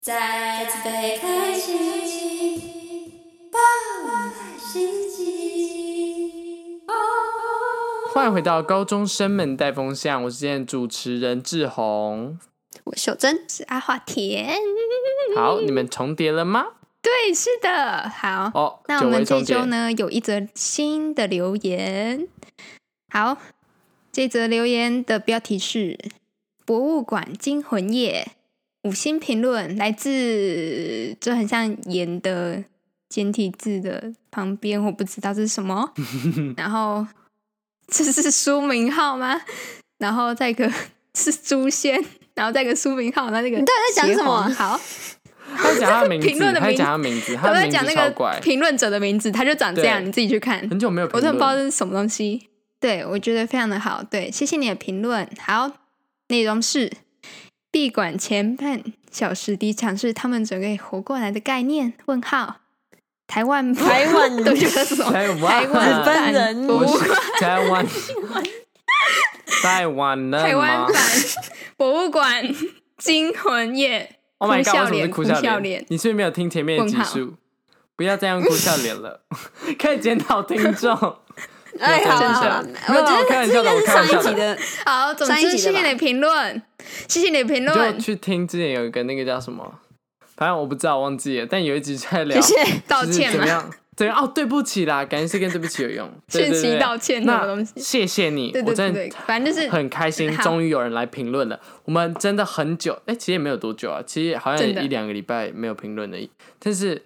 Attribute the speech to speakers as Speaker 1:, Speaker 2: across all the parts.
Speaker 1: 再次被开启，爆满心机。
Speaker 2: 欢迎回到高中生们带风向，我是今天的主持人志宏。
Speaker 3: 我秀珍是阿华田，
Speaker 2: 好，你们重叠了吗？
Speaker 3: 对，是的，好。
Speaker 2: 哦，
Speaker 3: 那
Speaker 2: 久
Speaker 3: 我们
Speaker 2: 违
Speaker 3: 这
Speaker 2: 重
Speaker 3: 一
Speaker 2: 叠
Speaker 3: 周。呢有一则新的留言，好，这则留言的标题是《博物馆惊魂夜》，五星评论来自这很像盐的简体字的旁边，我不知道这是什么，然后 这是书名号吗？然后再一个 是诛仙，然后再一个书名号，那那个你到底在讲什么好。
Speaker 2: 他讲他的 名字，
Speaker 3: 评论的
Speaker 2: 他
Speaker 3: 名
Speaker 2: 讲他的名字，他
Speaker 3: 我
Speaker 2: 的
Speaker 3: 在
Speaker 2: 名
Speaker 3: 讲
Speaker 2: 字
Speaker 3: 那
Speaker 2: 超
Speaker 3: 个
Speaker 2: 怪，
Speaker 3: 评论者的名字，他就长这样，
Speaker 2: 对
Speaker 3: 你自己去看。
Speaker 2: 很久没有
Speaker 3: 我
Speaker 2: 评
Speaker 3: 真的
Speaker 2: 论。
Speaker 3: 不知道这是什么东西。对，我觉得非常的好。对，谢谢你的评论。好，内容是闭馆前半小时的尝试他们整个活过来的概念？问号。台湾
Speaker 1: 台湾
Speaker 3: 都觉得什么？
Speaker 2: 台湾
Speaker 3: 台湾版
Speaker 1: 日本人
Speaker 3: 博
Speaker 2: 我
Speaker 3: 物
Speaker 2: 是台湾，台湾人
Speaker 3: 台湾
Speaker 2: 吗
Speaker 3: 版博物馆惊魂夜。
Speaker 2: ？Oh my
Speaker 3: 哭
Speaker 2: god！为什
Speaker 3: 笑
Speaker 2: 么是
Speaker 3: 脸
Speaker 2: 哭
Speaker 3: 哭笑
Speaker 2: 笑
Speaker 3: 脸
Speaker 2: 脸？你是不是没有听前面的
Speaker 3: 问
Speaker 2: 集
Speaker 3: 号
Speaker 2: 数？不要再用哭笑脸 了，可以检讨听众。
Speaker 1: 哎，好了好了，
Speaker 2: 没有
Speaker 1: 我
Speaker 2: 啦
Speaker 1: 觉
Speaker 2: 我
Speaker 1: 得
Speaker 2: 开玩笑的我
Speaker 1: 是
Speaker 2: 开玩
Speaker 1: 上一
Speaker 2: 笑
Speaker 1: 集
Speaker 2: 的
Speaker 1: 的，
Speaker 3: 好，总
Speaker 1: 上一集
Speaker 3: 之
Speaker 1: 的
Speaker 3: 谢谢
Speaker 1: 吧
Speaker 3: 你的评论，谢谢你的评
Speaker 2: 你就
Speaker 3: 论。
Speaker 2: 去听之前有一个那个叫什么，反正我不知道，我忘记了。但有一集在聊
Speaker 1: 谢谢。
Speaker 3: 道
Speaker 2: 就是
Speaker 3: 歉
Speaker 2: 怎么
Speaker 3: 嘛，
Speaker 2: 样？怎么样？哦，对不起啦，感谢跟对不起有 用，对
Speaker 3: 讯
Speaker 2: 对
Speaker 3: 息
Speaker 2: 对
Speaker 3: 道歉什么
Speaker 2: 那
Speaker 3: 东西？
Speaker 2: 谢谢你
Speaker 3: 对，
Speaker 2: 我
Speaker 3: 对对
Speaker 2: 真
Speaker 3: 对
Speaker 2: 的，
Speaker 3: 反正就是
Speaker 2: 很开心，
Speaker 3: 好
Speaker 2: 终于有人来评论了。我们真的很久，哎、其实也没有多久啊，其实好像
Speaker 3: 真的
Speaker 2: 一两个礼拜没有评论而已。但是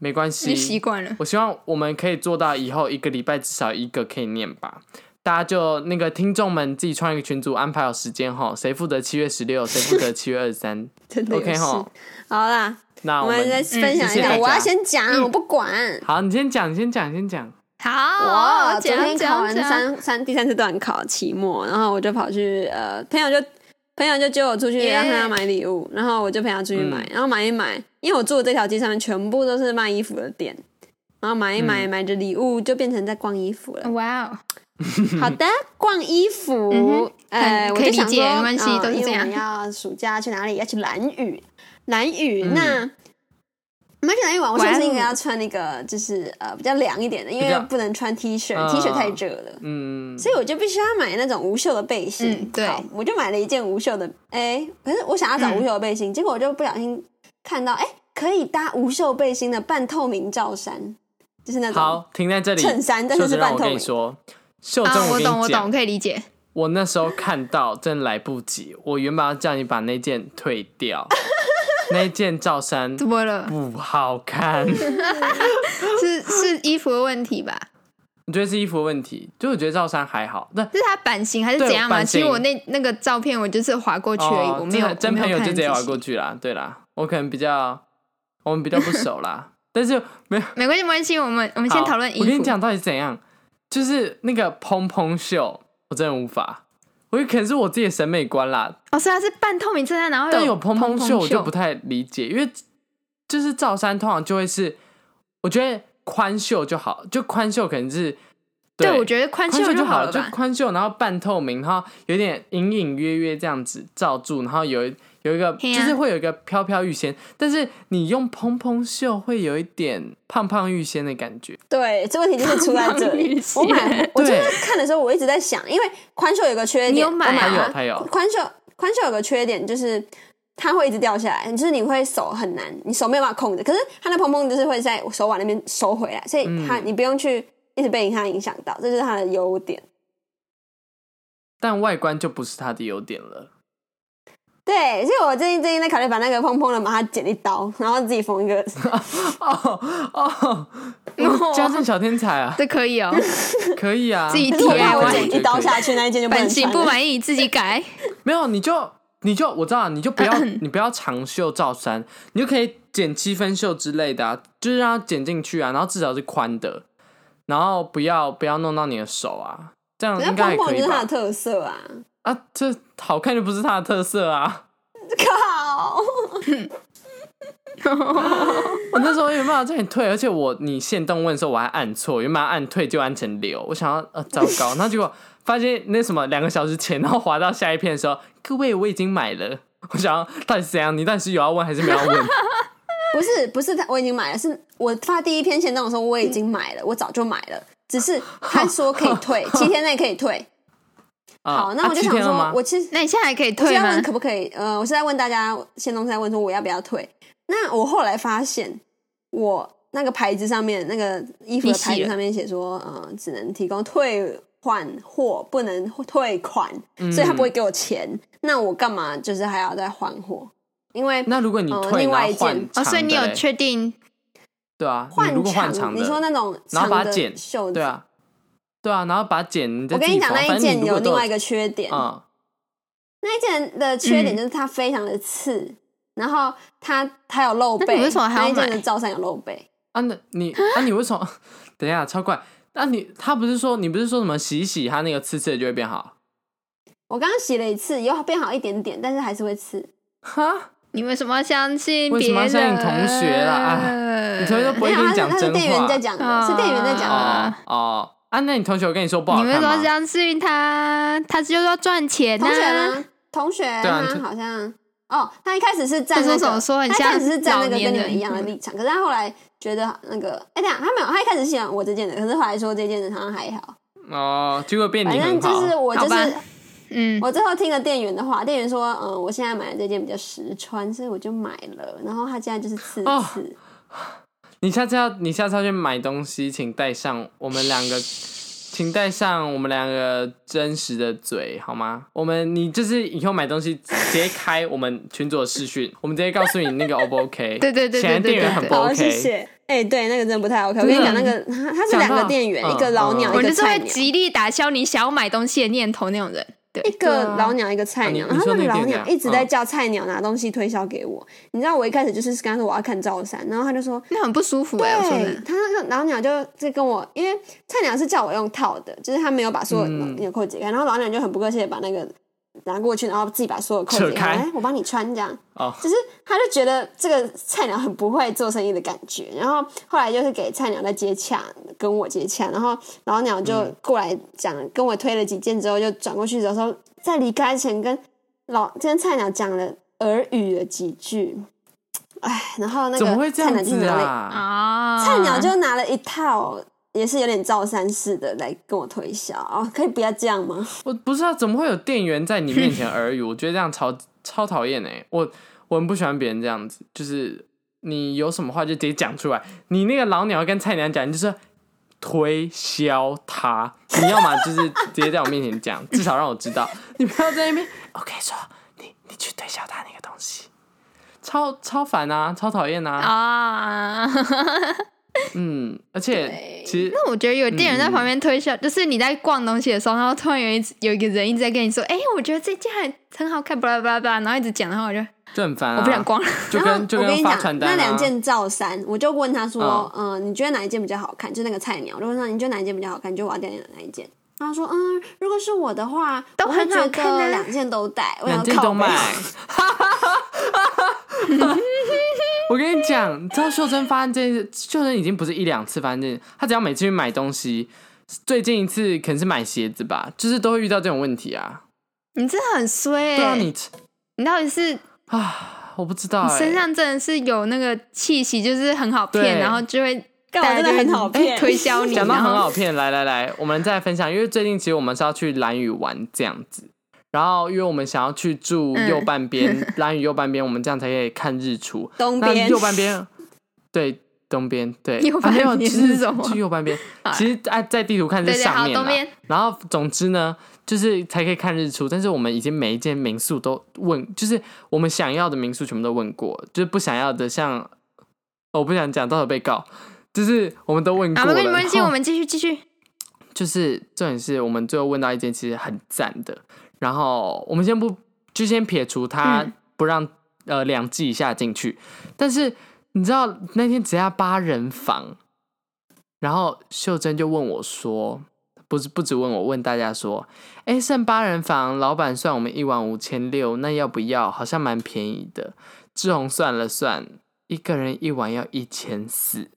Speaker 2: 没关
Speaker 3: 你习
Speaker 2: 系，
Speaker 3: 惯了。
Speaker 2: 我希望我们可以做到以后一个礼拜至少一个可以念吧。大家就那个听众们自己创一个群组，安排好时间哈，谁负责七月十 六，谁负责七月二十三
Speaker 1: 真的有
Speaker 2: ，OK
Speaker 1: 事
Speaker 2: 哈。
Speaker 1: 好啦，
Speaker 2: 那
Speaker 1: 我
Speaker 2: 我
Speaker 1: 们
Speaker 2: 们嗯
Speaker 1: 再分享
Speaker 2: 谢谢
Speaker 1: 一
Speaker 2: 大。
Speaker 1: 下
Speaker 2: 家嗯
Speaker 1: 我要先讲，我不管。
Speaker 2: 好，你先讲，先讲，先讲。哦
Speaker 3: 好，
Speaker 1: 我昨
Speaker 3: 讲
Speaker 1: 天考
Speaker 3: 讲
Speaker 1: 完
Speaker 3: 讲
Speaker 1: 三三第三次段考期末，然后我就跑去呃朋友就朋友就接我出去
Speaker 3: 耶
Speaker 1: 让他买礼物，然后我就陪他出去买，
Speaker 2: 嗯
Speaker 1: 然后买一买，因为我住的这条街上面全部都是卖衣服的店，然后买一
Speaker 2: 嗯
Speaker 1: 买、买着礼物就变成在逛衣服了。
Speaker 3: 哇哦，
Speaker 1: 好的，逛衣服，
Speaker 3: 嗯哼
Speaker 1: 呃，
Speaker 3: 很
Speaker 1: 我
Speaker 3: 可以
Speaker 1: 就
Speaker 3: 理
Speaker 1: 想
Speaker 3: 解
Speaker 1: 说，
Speaker 3: 没关系
Speaker 1: 呃
Speaker 3: 都是
Speaker 1: 因为
Speaker 3: 这样
Speaker 1: 我们要暑假去哪里？要去蓝屿，蓝屿、
Speaker 2: 嗯
Speaker 1: 那。我们要去蓝屿玩，我是不
Speaker 3: 玩
Speaker 1: 是应该要穿那个，就是呃比较凉一点的，因
Speaker 2: 比
Speaker 1: 为
Speaker 2: 较
Speaker 1: 不能穿 T 恤、
Speaker 3: 哦
Speaker 2: 嗯
Speaker 1: t 恤太热了。
Speaker 2: 嗯，
Speaker 1: 所以我就必须要买那种无袖的背心。
Speaker 3: 嗯对嗯
Speaker 1: 好，我就买了一件无袖的，哎、可是我想要找无袖的背心，结果我就不小心看到，哎、可以搭无袖背心的半透明罩衫，就是那种
Speaker 2: 好，停在这里。
Speaker 1: 衬衫，但
Speaker 2: 秀
Speaker 1: 是是
Speaker 2: 珍让
Speaker 1: 半
Speaker 2: 我
Speaker 1: 透
Speaker 2: 跟
Speaker 1: 明
Speaker 2: 你。说，秀珍，
Speaker 3: 啊，我
Speaker 2: 跟
Speaker 3: 懂，
Speaker 2: 你
Speaker 3: 我
Speaker 2: 讲
Speaker 3: 懂，，可以理解。
Speaker 2: 我那时候看到真来不及，我原本要叫你把那件退掉， 那件罩衫
Speaker 3: 嗯怎么了？
Speaker 2: 不好看，
Speaker 3: 是是衣服的问题吧？
Speaker 2: 我觉得是衣服的问题，就我觉得罩衫还好，但
Speaker 3: 是它版型还是
Speaker 2: 对
Speaker 3: 怎样嘛？
Speaker 2: 版型
Speaker 3: 其实我那那个照片我就是划过去而已，
Speaker 2: 哦
Speaker 3: 我没有
Speaker 2: 真真
Speaker 3: 我
Speaker 2: 朋
Speaker 3: 没
Speaker 2: 友
Speaker 3: 有
Speaker 2: 就
Speaker 3: 看
Speaker 2: 直接
Speaker 3: 仔
Speaker 2: 划
Speaker 3: 细
Speaker 2: 过去啦，对啦，我可能比较我们比较不熟 啦，但是没有。
Speaker 3: 没关系，没关系，我们我们先
Speaker 2: 好
Speaker 3: 讨论衣服。
Speaker 2: 我跟你讲到底是怎样，就是那个蓬蓬袖，我真的无法。我觉得可能是我自己的审美观啦，
Speaker 3: 哦，所以它是半透明衬衫，然后
Speaker 2: 但有
Speaker 3: 有
Speaker 2: 蓬
Speaker 3: 蓬
Speaker 2: 蓬袖我就不
Speaker 3: 太
Speaker 2: 太理解，因为就是罩衫通常就会是，我觉得宽袖就好，就宽袖可能是
Speaker 3: 对，我觉得宽
Speaker 2: 宽袖
Speaker 3: 就
Speaker 2: 好
Speaker 3: 了
Speaker 2: 就
Speaker 3: 吧。
Speaker 2: 宽袖，然后半透明，然后有点隐隐约约这样子罩住，然后有一有一个
Speaker 3: 嘿
Speaker 2: 就
Speaker 3: 啊
Speaker 2: 是会有一个飘飘欲仙，但是你用蓬蓬袖会有一点胖胖欲仙的感觉。
Speaker 1: 对，这问题就是出在这
Speaker 3: 放
Speaker 1: 里
Speaker 3: 屁。
Speaker 1: 我买，我真的
Speaker 2: 对
Speaker 1: 看的时候，我一直在想，因为宽袖有个缺点，
Speaker 3: 你有买啊
Speaker 1: 我它
Speaker 2: 它有它有
Speaker 1: 宽袖宽袖有个缺点就是它会一直掉下来，就是你会手很难，你手没有办法控制。可是它那蓬蓬就是会在手腕那边收回来，所以
Speaker 2: 嗯
Speaker 1: 它、你不用去一直被它影响到，这就是它的优点。
Speaker 2: 但外观就不是它的优点了。
Speaker 1: 对，所以我最近最近在考虑把那个蓬蓬的把它剪一刀，然后自己缝一 个。
Speaker 2: 哦哦，
Speaker 3: 哦
Speaker 2: 家政小天才啊，
Speaker 3: 这可 以哦，
Speaker 2: 可以啊，
Speaker 3: 自己
Speaker 1: 可是我怕我
Speaker 3: DIY
Speaker 1: 剪一刀下去那一件就不能
Speaker 3: 版型
Speaker 1: 穿
Speaker 3: 不
Speaker 1: 了。
Speaker 3: 满意自己改。
Speaker 2: 没有你就你就我知道，啊你就不要 你不要长袖罩衫，你就可以剪七分袖之类的、啊，就是让它剪进去啊，然后至少是宽的，然后不要不要弄到你的手啊，这样
Speaker 1: 可是
Speaker 2: 应该
Speaker 1: 蓬
Speaker 2: 也可
Speaker 1: 蓬就
Speaker 2: 以
Speaker 1: 是它
Speaker 2: 吧
Speaker 1: 的？特色啊！
Speaker 2: 啊，这好看就不是它的特色啊。
Speaker 1: 靠，
Speaker 2: 我那时候有办法叫你退，而且我你限动问的时候我还按错，原本要按退就按成留，我想要呃糟糕，然后结果发现那什么两个小时前，然后滑到下一篇的时候，各位我已经买了，我想要到底是怎样？你到底是有要问还是没有要问？
Speaker 1: 不是不是他，我已经买了，是我发第一篇前那的时候我已经买了，我早就买了，只是他说可以 退，七天内可以退。
Speaker 2: 啊
Speaker 1: 好，那
Speaker 2: 啊
Speaker 1: 我就
Speaker 2: 七
Speaker 1: 想
Speaker 2: 天了
Speaker 1: 说，
Speaker 2: 吗
Speaker 1: 我其实
Speaker 3: 那你现在还可以
Speaker 1: 我是
Speaker 3: 退
Speaker 1: 在
Speaker 3: 吗
Speaker 1: 问？可不可以？呃，我是在问大家，仙东是在问说我要不要退。那我后来发现，我那个牌子上面那个衣服
Speaker 3: 你
Speaker 1: 的
Speaker 3: 洗
Speaker 1: 牌子
Speaker 3: 了
Speaker 1: 上面写说，呃，只能提供退换货，不能退款，
Speaker 2: 嗯
Speaker 1: 所以他不会给我钱。那我干嘛就是还要再换货？因为
Speaker 2: 那如果你
Speaker 1: 呃
Speaker 2: 退，
Speaker 1: 另
Speaker 2: 然
Speaker 1: 外
Speaker 2: 后
Speaker 1: 一
Speaker 2: 换
Speaker 1: 件
Speaker 2: 长
Speaker 3: 哦，所以你
Speaker 2: 的
Speaker 3: 有
Speaker 2: 嘞
Speaker 3: 确定
Speaker 2: 对啊，你如
Speaker 1: 换
Speaker 2: 果换长
Speaker 1: 长，
Speaker 2: 的，
Speaker 1: 你说那种
Speaker 2: 然后
Speaker 1: 长
Speaker 2: 把它
Speaker 1: 的
Speaker 2: 剪
Speaker 1: 袖
Speaker 2: 对
Speaker 1: 子，
Speaker 2: 啊，对啊，然后把它剪，你再
Speaker 1: 我跟
Speaker 2: 自己
Speaker 1: 你讲，
Speaker 2: 缝
Speaker 1: 那
Speaker 2: 反
Speaker 1: 一
Speaker 2: 正你
Speaker 1: 件
Speaker 2: 如果
Speaker 1: 有
Speaker 2: 都
Speaker 1: 另外一个缺点，
Speaker 2: 嗯
Speaker 1: 那一件的缺点
Speaker 3: 嗯
Speaker 1: 就是它非常的刺，然后它它有露背。
Speaker 3: 那你为什么还要
Speaker 1: 那一件
Speaker 3: 买
Speaker 1: 的罩衫有露背？
Speaker 2: 啊，那 你啊你为什么？等一下，超怪。那、你他不是说你不是说什么洗一洗它那个刺刺的就会变好？
Speaker 1: 我刚刚洗了一次，有变好一点点，但是还是会刺。
Speaker 2: 哈，
Speaker 3: 你为什么要相信
Speaker 2: 为
Speaker 3: 别
Speaker 2: 什
Speaker 3: 人？
Speaker 2: 么要相信同学啦哎你同学都不会
Speaker 1: 没有，啊
Speaker 2: 跟
Speaker 1: 他是
Speaker 2: 讲
Speaker 1: 他是
Speaker 2: 真
Speaker 1: 店员
Speaker 2: 话
Speaker 1: 在讲的，
Speaker 3: 啊
Speaker 1: 是店员在讲的。
Speaker 2: 哦
Speaker 3: 啊
Speaker 2: 哦啊，那你同学有跟你说不好
Speaker 3: 你为
Speaker 2: 看
Speaker 3: 什么
Speaker 2: 吗？
Speaker 3: 要相信他？他就是要赚钱啊
Speaker 1: 同学
Speaker 3: 呐、
Speaker 1: 吗？同学
Speaker 2: 对啊
Speaker 1: 他
Speaker 2: 你同
Speaker 1: 好像哦，他一开始是站
Speaker 3: 这
Speaker 1: 那
Speaker 3: 是
Speaker 1: 个，
Speaker 3: 我说很
Speaker 1: 他一开
Speaker 3: 像
Speaker 1: 始是站那
Speaker 3: 老
Speaker 1: 个
Speaker 3: 年
Speaker 1: 跟你们
Speaker 3: 人
Speaker 1: 一样的立场，可是他后来觉得那个，哎，等一下他没有，他一开始是喜欢我这件的，可是后来说这件的好像还好，
Speaker 2: 哦，结果变
Speaker 1: 反
Speaker 2: 你
Speaker 1: 正
Speaker 2: 很好。
Speaker 1: 就是我就
Speaker 3: 好
Speaker 1: 是
Speaker 3: 吧嗯，
Speaker 1: 我最后听了店员的话，店员说，嗯，我现在买的这件比较实穿，所以我就买了。然后他现在就是刺
Speaker 2: 哦
Speaker 1: 刺，
Speaker 2: 你下次要你下次要去买东西，请带上我们两个，请带上我们两个真实的嘴好吗？我们你就是以后买东西直接开我们群组的视讯，我们直接告诉你那个 O 不 OK？
Speaker 3: 对对对对对
Speaker 2: 显然店员很不
Speaker 1: 好、谢
Speaker 2: OK。
Speaker 1: 谢。哎、对，那个真的不太 OK。我跟你讲，那个他他是
Speaker 2: 讲
Speaker 1: 两个
Speaker 2: 到
Speaker 1: 店员，
Speaker 2: 嗯
Speaker 1: 一个老鸟，
Speaker 2: 嗯
Speaker 1: 一
Speaker 3: 我
Speaker 1: 个
Speaker 3: 就是
Speaker 1: 菜
Speaker 3: 会
Speaker 1: 鸟，
Speaker 3: 极力打消你想要买东西的念头那种人。
Speaker 1: 一
Speaker 2: 对
Speaker 1: 个
Speaker 2: 啊
Speaker 1: 老鸟，一个菜鸟。
Speaker 2: 啊你
Speaker 1: 然后
Speaker 2: 你说
Speaker 1: 那个
Speaker 2: 那
Speaker 1: 老
Speaker 2: 店
Speaker 1: 鸟
Speaker 2: 员
Speaker 1: 一直在
Speaker 2: 嗯
Speaker 1: 叫菜鸟拿东西推销给我。你知道我一开始就是跟他说我要看罩衫，然后他就说
Speaker 3: 那很不舒服哎、我说
Speaker 1: 对
Speaker 3: 的，
Speaker 1: 他那个老鸟就就跟我，因为菜鸟是叫我用套的，就是他没有把所有
Speaker 2: 嗯
Speaker 1: 纽扣解开，然后老鸟就很不客气的把那个拿过去，然后自己把所有扣
Speaker 2: 扯
Speaker 1: 解开，
Speaker 2: 开
Speaker 1: 哎，我帮你穿这样。
Speaker 2: 哦
Speaker 1: 就是他就觉得这个菜鸟很不会做生意的感觉，然后后来就是给菜鸟在接洽，跟我接洽，然后老鸟就
Speaker 2: 嗯
Speaker 1: 过来讲，跟我推了几件之后，就转过去的时候，在离开前跟老跟菜鸟讲了耳语了几句。哎，然后那
Speaker 2: 怎么会
Speaker 1: 个
Speaker 2: 这
Speaker 1: 菜
Speaker 2: 样
Speaker 1: 鸟就
Speaker 2: 子
Speaker 1: 拿了
Speaker 2: 啊？
Speaker 3: 啊，
Speaker 1: 菜鸟就拿了一套，也是有点照三式的来跟我推销哦，可以不要这样吗？
Speaker 2: 我不知道怎么会有店员在你面前耳语，我觉得这样超超讨厌哎！我我很不喜欢别人这样子，就是你有什么话就直接讲出来。你那个老鸟跟菜鸟讲，你就是推销他，你要么就是直接在我面前讲，至少让我知道。你不要在那边 OK 说你你去推销他那个东西，超超烦啊，超讨厌啊。
Speaker 3: 啊，
Speaker 2: 嗯，而且
Speaker 3: 对
Speaker 2: 其实
Speaker 3: 那我觉得有店员在旁边推
Speaker 2: 嗯
Speaker 3: 销，就是你在逛东西的时候，然后突然有一有一个人一直在跟你说：“哎、我觉得这件很很好看，巴拉巴拉巴拉。”然后一直讲，然后我就、
Speaker 2: 就很烦啊，
Speaker 3: 我不想逛了。
Speaker 2: 就
Speaker 1: 然后
Speaker 2: 跟就
Speaker 1: 我跟
Speaker 2: 跟
Speaker 1: 你
Speaker 2: 发
Speaker 1: 讲，
Speaker 2: 传单、啊、
Speaker 1: 那两件罩衫，我就问他说，嗯、你觉得哪一件比较好看？就那个菜鸟，我就问他你觉得哪一件比较好看？你觉得我要戴哪一件？他说，嗯，如果是我的话，
Speaker 3: 都
Speaker 1: 我会
Speaker 3: 很好
Speaker 1: 觉
Speaker 3: 看
Speaker 1: 得
Speaker 3: 啊
Speaker 1: 两件都戴，我想
Speaker 2: 两件
Speaker 1: 靠
Speaker 2: 都
Speaker 1: 背
Speaker 2: 卖。 我跟你讲，你知道秀珍发生这件事，秀珍已经不是一两次发生这件事，她只要每次去买东西，最近一次可能是买鞋子吧，就是都会遇到这种问题啊。
Speaker 3: 你真的很衰、欸，
Speaker 2: 对啊，你
Speaker 3: 你到底是你
Speaker 2: 啊，我不知道、欸，
Speaker 3: 身上真的是有那个气息，就是很好骗，
Speaker 2: 对
Speaker 3: 然后就会
Speaker 1: 干我
Speaker 3: 大家
Speaker 1: 真
Speaker 3: 就会
Speaker 1: 的
Speaker 3: 哎
Speaker 1: 很好骗
Speaker 3: 推销 你，
Speaker 2: 讲到
Speaker 3: 然
Speaker 2: 很
Speaker 3: 后
Speaker 2: 好骗，来来来，我们再来分享，因为最近其实我们是要去蓝屿玩这样子，然后因为我们想要去住
Speaker 3: 嗯
Speaker 2: 右半边， 蓝屿右半边，我们这样才可以看日出。
Speaker 1: 东
Speaker 2: 那
Speaker 1: 边
Speaker 2: 右半边，对，东边，对，
Speaker 3: 右半
Speaker 2: 啊没有
Speaker 3: 边
Speaker 2: 就是
Speaker 3: 什么
Speaker 2: 去右半边
Speaker 3: 好，
Speaker 2: 其实在在地图看是
Speaker 3: 对对
Speaker 2: 上
Speaker 3: 好
Speaker 2: 面
Speaker 3: 东
Speaker 2: 啦
Speaker 3: 边
Speaker 2: 然后总之呢，就是才可以看日出。但是我们已经每一间民宿都问，就是我们想要的民宿全部都问过，就是不想要的像，哦我不想讲，到时候被告。就是我们都问过
Speaker 3: 啊，
Speaker 2: 了，哦
Speaker 3: 没关系，没关系，
Speaker 2: 然后
Speaker 3: 我们继续继续。
Speaker 2: 就是重点是我们最后问到一件其实很赞的，然后我们先不就先撇除它
Speaker 3: 嗯
Speaker 2: 不让、呃两季以下进去，但是你知道那天只要八人房，然后秀珍就问我说，不是不止问我，问大家说，哎，剩八人房，老板算我们一晚五千六，那要不要？好像蛮便宜的。志宏算了算，一个人一晚要一千四。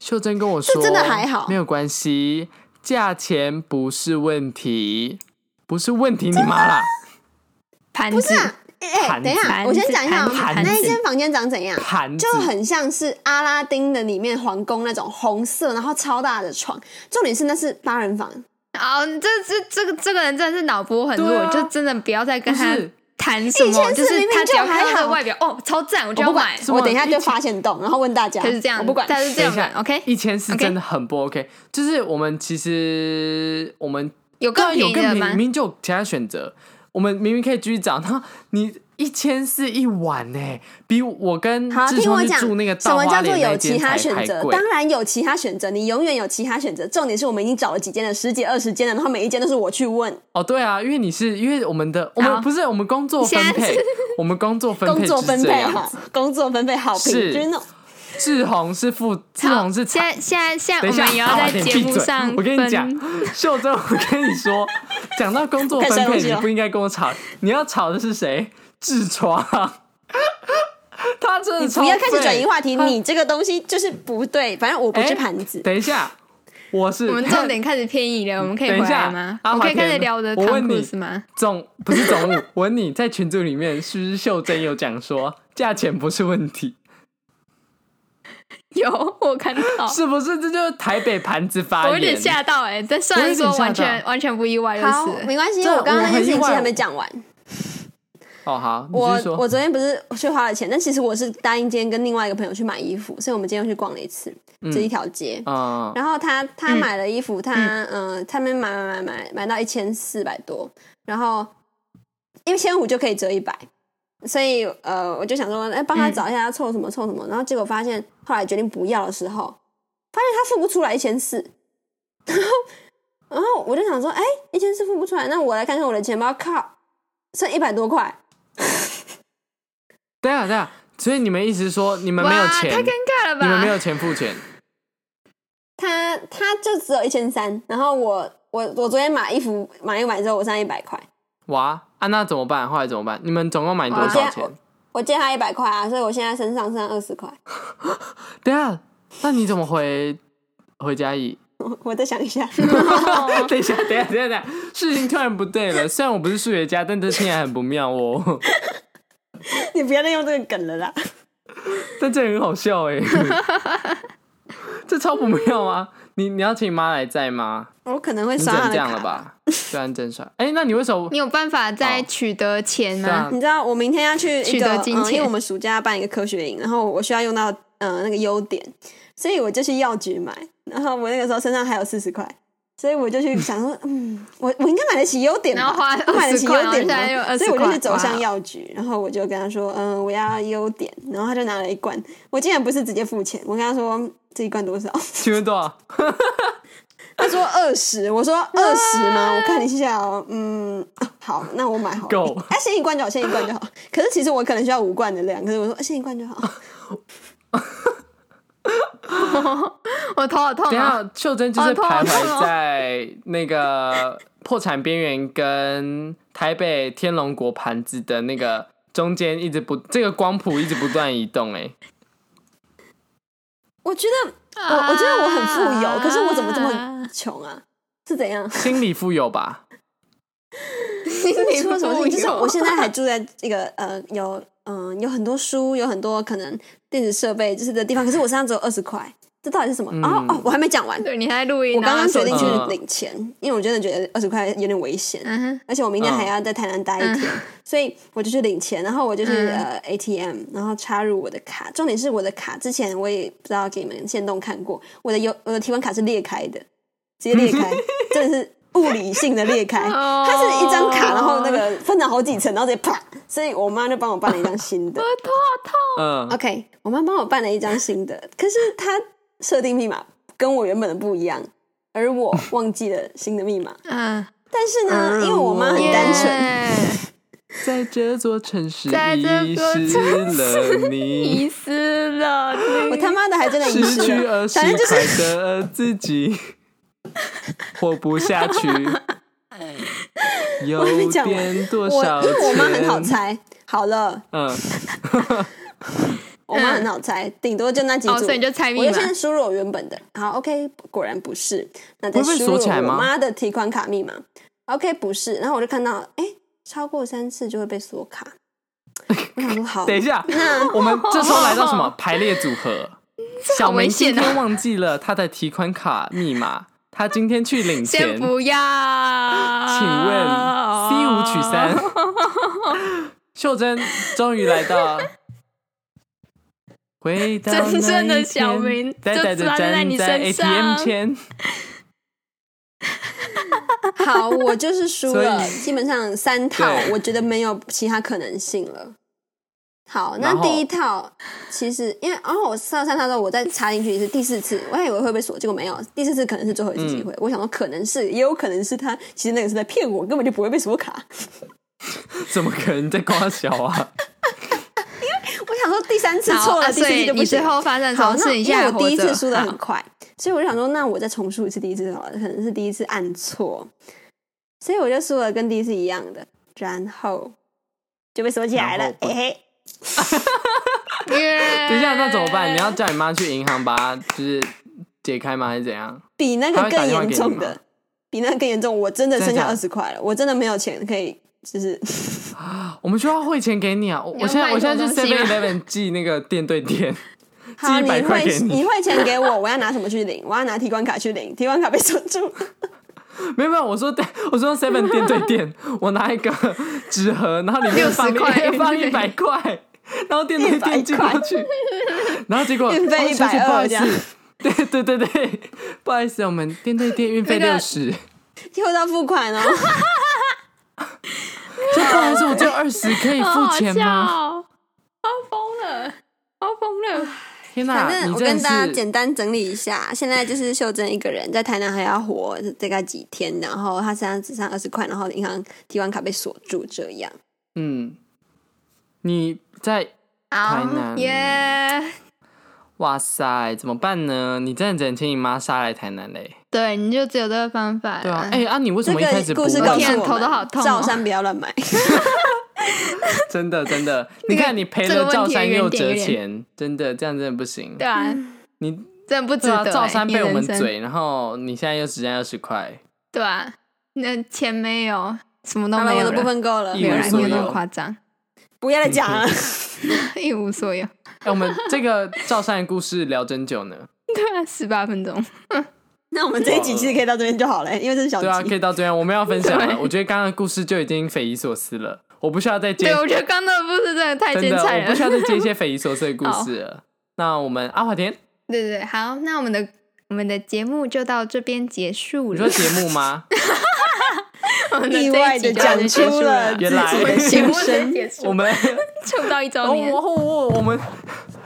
Speaker 2: 秀珍跟我说，
Speaker 1: 这真的还好
Speaker 2: 没有关系，价钱不是问题，不是问题，你妈啦！
Speaker 3: 盘
Speaker 1: 不是
Speaker 3: 子
Speaker 1: 啊，哎、
Speaker 2: 盘
Speaker 1: 等一下，
Speaker 3: 子
Speaker 1: 我先讲一下哦
Speaker 2: 盘子
Speaker 1: 那一间房间长怎样，
Speaker 2: 盘子
Speaker 1: 就很像是阿拉丁的里面皇宫那种红色，然后超大的床。重点是那是八人房，
Speaker 3: 哦，这这这个这个人真的是脑波很弱，
Speaker 2: 对啊
Speaker 3: 就真的不要再跟
Speaker 2: 不
Speaker 3: 他
Speaker 2: 是
Speaker 3: 谈什么，
Speaker 1: 1400
Speaker 3: 就是他只要看到
Speaker 1: 哎明明就还
Speaker 3: 他的
Speaker 1: 好
Speaker 3: 外表，哦，超赞，我就要
Speaker 2: 我不
Speaker 3: 买
Speaker 2: 管，是吗
Speaker 1: 我等一下就发现洞，然后问大家，
Speaker 3: 就是这样，
Speaker 1: 我不管。
Speaker 3: 他是这
Speaker 2: 等
Speaker 3: 样
Speaker 2: 一下
Speaker 3: 的，OK，
Speaker 2: 一千是
Speaker 3: OK
Speaker 2: 真的很不 OK，就是我们其实我们
Speaker 3: 有
Speaker 2: 对啊
Speaker 3: 更便
Speaker 2: 有
Speaker 3: 宜
Speaker 2: 更
Speaker 3: 的
Speaker 2: 明
Speaker 3: 吗
Speaker 2: 明？明就有其他选择，我们明明可以继续找。然后你一千四一晚呢、比我跟
Speaker 1: 好，
Speaker 2: 志
Speaker 1: 听我
Speaker 2: 聪去
Speaker 1: 讲，
Speaker 2: 住那个
Speaker 1: 什
Speaker 2: 稻
Speaker 1: 么
Speaker 2: 花
Speaker 1: 叫做
Speaker 2: 莲那
Speaker 1: 有
Speaker 2: 间
Speaker 1: 其他
Speaker 2: 才
Speaker 1: 选
Speaker 2: 还
Speaker 1: 择？
Speaker 2: 贵
Speaker 1: 当然有其他选择，你永远有其他选择。重点是我们已经找了几间了，十几二十间了，然后每一间都是我去问，
Speaker 2: 哦，对啊，因为你是因为我们的我
Speaker 3: 好
Speaker 2: 们不是我们工作分
Speaker 3: 现在
Speaker 2: 配
Speaker 3: 是，
Speaker 2: 我们工作分
Speaker 1: 工
Speaker 2: 配
Speaker 1: 作
Speaker 2: 是
Speaker 1: 分
Speaker 2: 这
Speaker 1: 配
Speaker 2: 样
Speaker 1: 哈
Speaker 2: 子。，
Speaker 1: 工作分配好平
Speaker 2: 是
Speaker 1: 均哦。
Speaker 2: 志宏是负，志
Speaker 3: 好，
Speaker 2: 宏是
Speaker 3: 现
Speaker 2: 财
Speaker 3: 在现
Speaker 2: 等
Speaker 3: 在现在 我
Speaker 2: 一下，
Speaker 3: 们也要在
Speaker 2: 好
Speaker 3: 节目上
Speaker 2: 你闭嘴我跟你讲
Speaker 3: 分，
Speaker 2: 秀珍，我跟你说，讲到工作
Speaker 1: 我开始
Speaker 2: 分
Speaker 1: 摔东
Speaker 2: 配，
Speaker 1: 西哦
Speaker 2: 你
Speaker 1: 了
Speaker 2: 不应该跟我吵，你要吵的是谁？痔疮。 他真的超
Speaker 1: 不要开始转移
Speaker 2: 废
Speaker 1: 话题，
Speaker 2: 他
Speaker 1: 你这个东西就是不对。反正我不
Speaker 2: 哎
Speaker 1: 是盘子，
Speaker 2: 等一下，我是
Speaker 3: 我们重点开始偏移了，我们可以回来吗？
Speaker 2: 等一下阿
Speaker 3: 我可以
Speaker 2: 华田
Speaker 3: 开始聊的
Speaker 2: 我
Speaker 3: 汤
Speaker 2: 问
Speaker 3: 姆
Speaker 2: 你
Speaker 3: 是吗？
Speaker 2: 总不是总务。 我问你在群组里面是不是秀珍有讲说价钱不是问题？
Speaker 3: 有，我看到，
Speaker 2: 是不是这就是台北盘子发言？
Speaker 3: 我有点吓到哎、但虽然
Speaker 2: 我有
Speaker 3: 说
Speaker 2: 点吓到
Speaker 3: 完全完全不意外，就是
Speaker 1: 好，没关系，
Speaker 2: 这
Speaker 1: 我刚刚那件事情
Speaker 2: 我很意
Speaker 1: 其
Speaker 2: 外
Speaker 1: 实还没讲完。
Speaker 2: 哦，好，你
Speaker 1: 我
Speaker 2: 是说
Speaker 1: 我昨天不是去花了钱，但其实我是答应今天跟另外一个朋友去买衣服，所以我们今天又去逛了一次，这一条街。
Speaker 2: 嗯
Speaker 1: 然后他他买了衣服，他嗯、呃，他们买买买买买到一千四百多，然后一千五就可以折一百，所以呃，我就想说，哎，帮他找一下，他凑什么凑什么，然后结果发现后来决定不要的时候，发现他付不出来一千四，然后然后我就想说，哎，一千四付不出来，那我来看看我的钱包，靠，剩一百多块，
Speaker 2: 对啊对啊，所以你们意思是说你们
Speaker 3: 哇，
Speaker 2: 没有
Speaker 3: 太
Speaker 2: 钱
Speaker 3: 尴，尬了吧？
Speaker 2: 你们没有钱付钱？
Speaker 1: 他他就只有一千三，然后我我我昨天买衣服买一买之后，我剩一百块。
Speaker 2: 哇啊，那怎么办？后来怎么办？你们总共买多
Speaker 1: 我现
Speaker 2: 少
Speaker 1: 在
Speaker 2: 钱？
Speaker 1: 我借他一百块啊，所以我现在身上剩二十块。
Speaker 2: 对啊，那你怎么回回家义？
Speaker 1: 我再想一 下，哦
Speaker 2: 等一下，等一下，等一下，等一下，事情突然不对了。虽然我不是数学家，但这听起来很不妙哦。
Speaker 1: 你不要再用这个梗了啦。
Speaker 2: 但这很好笑哎、 这超不妙啊！你你要请妈来载吗？
Speaker 1: 我可能会
Speaker 2: 你只
Speaker 1: 刷他
Speaker 2: 能
Speaker 1: 的
Speaker 2: 这样了
Speaker 1: 卡。
Speaker 2: 吧？虽然真帅，哎、那你为什么
Speaker 3: 你？有办法再
Speaker 2: 哦
Speaker 3: 取得钱
Speaker 2: 对
Speaker 3: 吗
Speaker 2: 啊？
Speaker 1: 你知道我明天要去
Speaker 3: 取
Speaker 1: 一个，
Speaker 3: 得金
Speaker 1: 嗯，
Speaker 3: 钱
Speaker 1: 因为我们暑假要办一个科学营，然后我需要用到呃那个优点，所以我就去药局买。然后我那个时候身上还有四十块，所以我就去想说，嗯，我我应该买得起优点吧，
Speaker 3: 然后花
Speaker 1: 我买得
Speaker 3: 20
Speaker 1: 起
Speaker 3: 块
Speaker 1: 优点
Speaker 3: 然后现在又
Speaker 1: 吧，
Speaker 3: 20
Speaker 1: 所以我就去
Speaker 3: 块
Speaker 1: 走
Speaker 3: 哇
Speaker 1: 向药局，然后我就跟他说，嗯、我要优点，然后他就拿了一罐，我竟然不是直接付钱，我跟他说嗯这一罐多少，
Speaker 2: 请问多少？
Speaker 1: 他说二十，我说二十
Speaker 2: 啊
Speaker 1: 吗？我看一下哦，嗯，啊好，那我买好了。
Speaker 2: 够
Speaker 1: 哎、先一罐就好，先一罐就好。可是其实我可能需要五罐的量，可是我说、啊先一罐就好。
Speaker 3: 我头好痛
Speaker 2: 等一
Speaker 3: 啊！
Speaker 1: 嗯
Speaker 2: 下，秀珍就是
Speaker 3: 哦痛哦
Speaker 2: 徘
Speaker 3: 痛哦
Speaker 2: 徊在那个破产边缘跟台北天龙国盘子的那个中间，一直不这个光谱一直不断移动、欸。
Speaker 1: 我觉得啊我我觉得我很富有，可是我怎么这么
Speaker 3: 啊
Speaker 1: 穷啊？是怎 样？
Speaker 2: 哎，心理富有吧？
Speaker 3: 心里
Speaker 1: 你说什么事情？就是我
Speaker 3: 富有
Speaker 1: 现在还住在一个呃有嗯、呃有很多书，有很多可能电子设备就是的地方，可是我身上只有二十块，这到底是什么？
Speaker 2: 嗯
Speaker 1: 哦哦，我还没讲完。
Speaker 3: 对你还录音，
Speaker 1: 我刚
Speaker 3: 然
Speaker 1: 刚
Speaker 3: 后
Speaker 1: 决定去
Speaker 3: 手机
Speaker 2: 嗯
Speaker 1: 领钱，因为我真的觉得二十块有点危险。
Speaker 3: 嗯哼，
Speaker 1: 而且我明天
Speaker 2: 嗯
Speaker 1: 还要在台南待一天，所以我就去领钱，然后我就去、
Speaker 3: 嗯
Speaker 1: 呃 ATM，然后插入我的卡。重点是我的卡之前我也不知道给你们现动看过，我的有我的提款卡是裂开的，直接裂 开，真的是物理性的裂开。
Speaker 3: 哦
Speaker 1: 它是一张卡，然后那个分成好几层，然后直接啪，所以我妈就帮我办了一张 新的
Speaker 3: 我。头好痛。
Speaker 2: 嗯，
Speaker 1: OK，我妈帮我办了一张新的，可是她设定密码跟我原本的不一样，而我忘记了新的密码。
Speaker 3: 嗯，
Speaker 1: 但是呢，
Speaker 2: 嗯
Speaker 1: 因为我妈很
Speaker 2: 耶
Speaker 1: 单纯。
Speaker 2: 在这座城市
Speaker 3: 在这
Speaker 2: 遗
Speaker 3: 座城市
Speaker 2: 失了你，
Speaker 3: 迷失 了那
Speaker 1: 我
Speaker 3: 个。
Speaker 1: 他妈的还真的遗
Speaker 2: 失
Speaker 1: 失
Speaker 2: 去二
Speaker 1: 了，
Speaker 2: 十
Speaker 1: 反正就是
Speaker 2: 块的自己，活不下 去。有
Speaker 1: 我还没讲完
Speaker 2: 点多
Speaker 1: 我，
Speaker 2: 少
Speaker 1: 因为
Speaker 2: 钱？
Speaker 1: 我妈很好猜。好了，
Speaker 2: 嗯，
Speaker 1: 我妈很好猜，顶多就那几组，
Speaker 3: 嗯哦，所以你就猜密
Speaker 1: 我就
Speaker 3: 码。
Speaker 1: 先输入我原本的。好，OK，果然不是。那再
Speaker 2: 会不会
Speaker 1: 输入
Speaker 2: 锁起来
Speaker 1: 我
Speaker 2: 吗
Speaker 1: 妈的提款卡密码。OK，不是。然后我就看到，哎，超过三次就会被锁卡。 我想说
Speaker 3: 哦
Speaker 1: 好，
Speaker 2: 等一 下，我们这时候来到什么排列组合？小
Speaker 3: 危
Speaker 2: 明今
Speaker 3: 险啊
Speaker 2: 天忘记了他的提款卡密码，他今天去领
Speaker 3: 先
Speaker 2: 钱。
Speaker 3: 不啊要。
Speaker 2: 请问 C 五取 三，秀珍终于来到。回到
Speaker 3: 真正的
Speaker 2: 那一天
Speaker 3: 小明
Speaker 2: 呆呆
Speaker 3: 就
Speaker 2: 的
Speaker 3: 抓在
Speaker 2: 站
Speaker 3: 你
Speaker 2: 在
Speaker 3: 身上
Speaker 2: ATM 前，
Speaker 1: 好， 我
Speaker 3: 啊
Speaker 1: 就是输了
Speaker 2: 所以，
Speaker 1: 基本上三套
Speaker 2: 对，
Speaker 1: 我觉得没有其他可能性了。好，那
Speaker 2: 然后
Speaker 1: 第一套其实因为，然、后我上三套之后，我再插进去是第四次，我还以为会被锁，结果没有，第四次可能是最后一次机会。
Speaker 3: 嗯
Speaker 1: 我想说可能是，也有可能是他其实那个是在骗我，根本就不会被锁卡。
Speaker 2: 怎么可能在夸小 啊？
Speaker 1: 我想说第三次
Speaker 3: 好
Speaker 1: 错了，
Speaker 3: 啊
Speaker 1: 第
Speaker 3: 所
Speaker 1: 四次
Speaker 3: 以
Speaker 1: 就不
Speaker 3: 你
Speaker 1: 行
Speaker 3: 最。后发生什
Speaker 1: 好，
Speaker 3: 么
Speaker 1: 那
Speaker 3: 事？你
Speaker 1: 因
Speaker 3: 现
Speaker 1: 为
Speaker 3: 在
Speaker 1: 我
Speaker 3: 还
Speaker 1: 第一
Speaker 3: 活
Speaker 1: 次
Speaker 3: 着
Speaker 1: 输的很
Speaker 3: 好
Speaker 1: 快，所以我就想说，那我再重述一次第一次好了，可能是第一次按错，所以我就输了跟第一次一样的，然后就被锁起来
Speaker 2: 然
Speaker 1: 了
Speaker 2: 后。
Speaker 1: 哎、嘿，
Speaker 3: 耶
Speaker 2: 等一下，那怎么
Speaker 3: 哎
Speaker 2: 办？你要叫你妈去银行把它就是解开吗？还是怎样？
Speaker 1: 比那
Speaker 2: 他会
Speaker 1: 个
Speaker 2: 打
Speaker 1: 更
Speaker 2: 电话
Speaker 1: 严
Speaker 2: 给你
Speaker 1: 重
Speaker 2: 吗
Speaker 1: 的，比那个更严重，我真的
Speaker 2: 真的
Speaker 1: 剩下
Speaker 2: 假
Speaker 1: 二
Speaker 2: 的
Speaker 1: 十块了，我真的没有钱可以， 就是
Speaker 2: 我们需要汇钱给你啊！我
Speaker 3: 你要
Speaker 2: 我现在
Speaker 3: 卖
Speaker 2: 我现在去
Speaker 3: 什么
Speaker 2: Seven
Speaker 3: 东西
Speaker 2: Eleven 寄那个店对店，寄
Speaker 1: 好，
Speaker 2: 一
Speaker 1: 你
Speaker 2: 百块
Speaker 1: 汇
Speaker 2: 给
Speaker 1: 你
Speaker 2: 你。
Speaker 1: 汇钱给我，我要拿什么去领？我要拿提款卡去领，提款卡被锁住。
Speaker 2: 没有没有，我说对，我说 Seven 店对店，我拿一个纸盒，然后里面
Speaker 3: 60
Speaker 2: 放
Speaker 3: 块
Speaker 2: 一放一百块，然后店对店寄过去，然后结果
Speaker 1: 运费
Speaker 2: 哦小姐
Speaker 1: 120
Speaker 2: 不好意
Speaker 1: 这样
Speaker 2: 思， 对对对对，不好意思，我们店对店运费
Speaker 3: 那个
Speaker 2: 六十，
Speaker 1: 结果到付款哦，
Speaker 2: 说不好意思，我只有二十，可以
Speaker 3: 好
Speaker 2: 付
Speaker 3: 好
Speaker 2: 钱
Speaker 3: 笑
Speaker 2: 吗？
Speaker 3: 哦？好疯了，好疯了！
Speaker 2: 天哪，
Speaker 1: 反正
Speaker 2: 你
Speaker 1: 我
Speaker 2: 真
Speaker 1: 跟
Speaker 2: 的
Speaker 1: 大家
Speaker 2: 是
Speaker 1: 简单整理一下，现在就是秀珍一个人在台南还要活大概几天，然后她身上只剩二十块，然后银行提款卡被锁住，这样
Speaker 2: 嗯，你在台
Speaker 3: 好
Speaker 2: 南
Speaker 3: 耶！
Speaker 2: 哇塞，怎么办呢？你真的只能请你妈杀来台南嘞？
Speaker 3: 对，你就只有这个办法了。嗯
Speaker 2: 对啊，哎、啊，你为什
Speaker 1: 这
Speaker 2: 么一开始
Speaker 1: 个
Speaker 2: 不
Speaker 1: 故事
Speaker 2: 问
Speaker 1: 告
Speaker 3: 天
Speaker 1: 诉
Speaker 3: 啊
Speaker 1: 我
Speaker 3: 头
Speaker 1: 们，
Speaker 3: 都好痛哦
Speaker 1: 赵山不要乱买。
Speaker 2: 真的真的，
Speaker 3: 那
Speaker 2: 你
Speaker 3: 个
Speaker 2: 看你赔
Speaker 3: 这个
Speaker 2: 了
Speaker 3: 问
Speaker 2: 赵
Speaker 3: 题的
Speaker 2: 山
Speaker 3: 原
Speaker 2: 又
Speaker 3: 点有
Speaker 2: 折
Speaker 3: 点
Speaker 2: 钱，真的这样真的不行。
Speaker 3: 对啊，
Speaker 2: 你
Speaker 3: 真的不值
Speaker 2: 对啊，
Speaker 3: 得。
Speaker 2: 赵山
Speaker 3: 哎
Speaker 2: 被我
Speaker 3: 你
Speaker 2: 们
Speaker 3: 人生
Speaker 2: 嘴，然后你现在又只剩二十块，
Speaker 3: 对啊，那钱没有，什么都
Speaker 1: 好了，
Speaker 3: 没
Speaker 1: 我
Speaker 3: 有
Speaker 1: 的部
Speaker 3: 了，
Speaker 1: 分够了，
Speaker 2: 一
Speaker 3: 没有
Speaker 1: 没有
Speaker 3: 啦
Speaker 2: 无
Speaker 1: 来
Speaker 2: 所
Speaker 3: 没
Speaker 1: 听
Speaker 3: 有
Speaker 1: 了
Speaker 3: 那
Speaker 2: 有
Speaker 3: 么夸张，
Speaker 1: 不要再讲了。
Speaker 3: 一无所有。
Speaker 2: 哎、我们这个赵山的故事聊真久呢。
Speaker 3: 对啊，十八分钟，
Speaker 1: 那我们这一集其实可以到这边就好了，因为这是小
Speaker 2: 对啊，可
Speaker 1: 集。
Speaker 2: 以到这边，我们要分享
Speaker 3: 对
Speaker 2: 了。我觉得刚刚的故事就已经匪夷所思了，我不需要再接
Speaker 3: 对我觉得刚刚的故事真的太
Speaker 2: 真
Speaker 3: 精
Speaker 2: 的，
Speaker 3: 彩
Speaker 2: 我
Speaker 3: 了
Speaker 2: 不需。要再接一些匪夷所思的故事了。那我们阿华田，
Speaker 3: 对对对，好，那我们的我们的节目就到这边结束
Speaker 2: 你
Speaker 3: 了
Speaker 2: 说。节目 吗？
Speaker 3: 我 们
Speaker 1: 意
Speaker 3: 这一
Speaker 1: 外
Speaker 3: 集
Speaker 1: 的
Speaker 3: 就到
Speaker 1: 讲
Speaker 3: 这边
Speaker 1: 出
Speaker 3: 结束
Speaker 1: 了
Speaker 3: 了
Speaker 1: 自己
Speaker 2: 原来
Speaker 1: 的
Speaker 3: 节目
Speaker 1: 心
Speaker 3: 直接
Speaker 1: 声，
Speaker 3: 结束，
Speaker 2: 我们
Speaker 3: 凑不到一周
Speaker 2: 哦，
Speaker 3: 年
Speaker 2: 我。我我们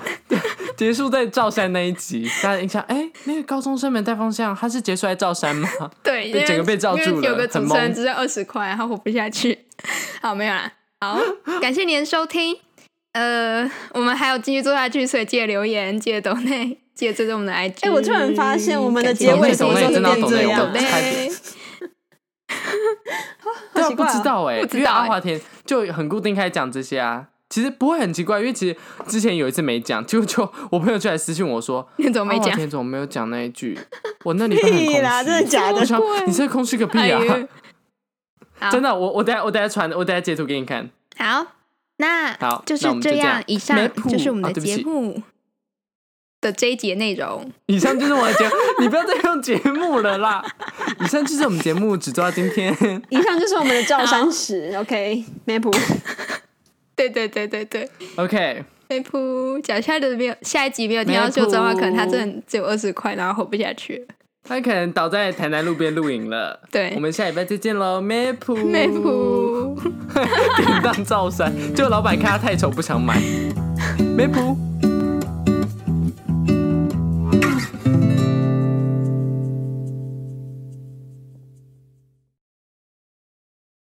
Speaker 2: 结束在赵山那一集，大家印象哎、那个高中生没带方向，他是结束在赵山吗？
Speaker 3: 对，因
Speaker 2: 被
Speaker 3: 为
Speaker 2: 整个被罩
Speaker 3: 因为
Speaker 2: 住了
Speaker 3: 有个主
Speaker 2: 很
Speaker 3: 持人
Speaker 2: 懵
Speaker 3: 只剩二十块，他活不下去。 好，没有啦。好，感谢您的收听。呃，我们还有继续做下去，所以记得留言，记得抖内， 记得追踪我们的 IG。
Speaker 1: 哎我突然发现我们的
Speaker 3: 感谢
Speaker 1: 结
Speaker 3: 您
Speaker 1: 尾
Speaker 3: 收
Speaker 1: 什么时候
Speaker 3: 听
Speaker 1: 抖内变这
Speaker 3: 抖
Speaker 1: 样
Speaker 2: 抖内
Speaker 3: 内
Speaker 2: 对啊，
Speaker 1: 奇怪
Speaker 2: 不
Speaker 1: 哦
Speaker 2: 知道哎、
Speaker 3: 不知道
Speaker 2: 因为阿
Speaker 3: 哎
Speaker 2: 华田就很固定开始讲这些啊。其实不会很奇怪，因为其实之前有一次没讲，结果就我朋友就来私信我说，
Speaker 3: 你怎么没
Speaker 2: 阿华
Speaker 3: 讲？
Speaker 2: 田怎么没有讲那一句？我那里很空
Speaker 1: 屁
Speaker 2: 虚
Speaker 1: 啦，真的假
Speaker 2: 我
Speaker 1: 的？
Speaker 2: 想你这空虚个屁
Speaker 3: 哎
Speaker 2: 啊！
Speaker 3: 呦好
Speaker 2: 真的，我我等下我等下传，我等下截图给你看。
Speaker 3: 好，那
Speaker 2: 好
Speaker 3: 就是
Speaker 2: 那我们就
Speaker 3: 这
Speaker 2: 这
Speaker 3: 样
Speaker 2: 样。
Speaker 3: 以上
Speaker 2: 没谱
Speaker 3: 就是我们
Speaker 2: 啊
Speaker 3: 的
Speaker 2: 对不起
Speaker 3: 节目的这一节内容。
Speaker 2: 以上就是我的节目， 你不要再用节目了啦。以上就是我们节目，只做到今天。
Speaker 1: 以上就是我们的赵山石，OK，梅普，
Speaker 3: 对对对对对。
Speaker 2: OK，
Speaker 3: 被扑，假如下的没有下一集没有听到秀珍的话，可能他真的只有二十块，然后活不下去了。
Speaker 2: 他可能倒在台南路边露营了。
Speaker 3: 对
Speaker 2: 我们下礼拜再见喽，Map
Speaker 3: 被扑。
Speaker 2: 典当造山，就老板看他太丑不想买，Map。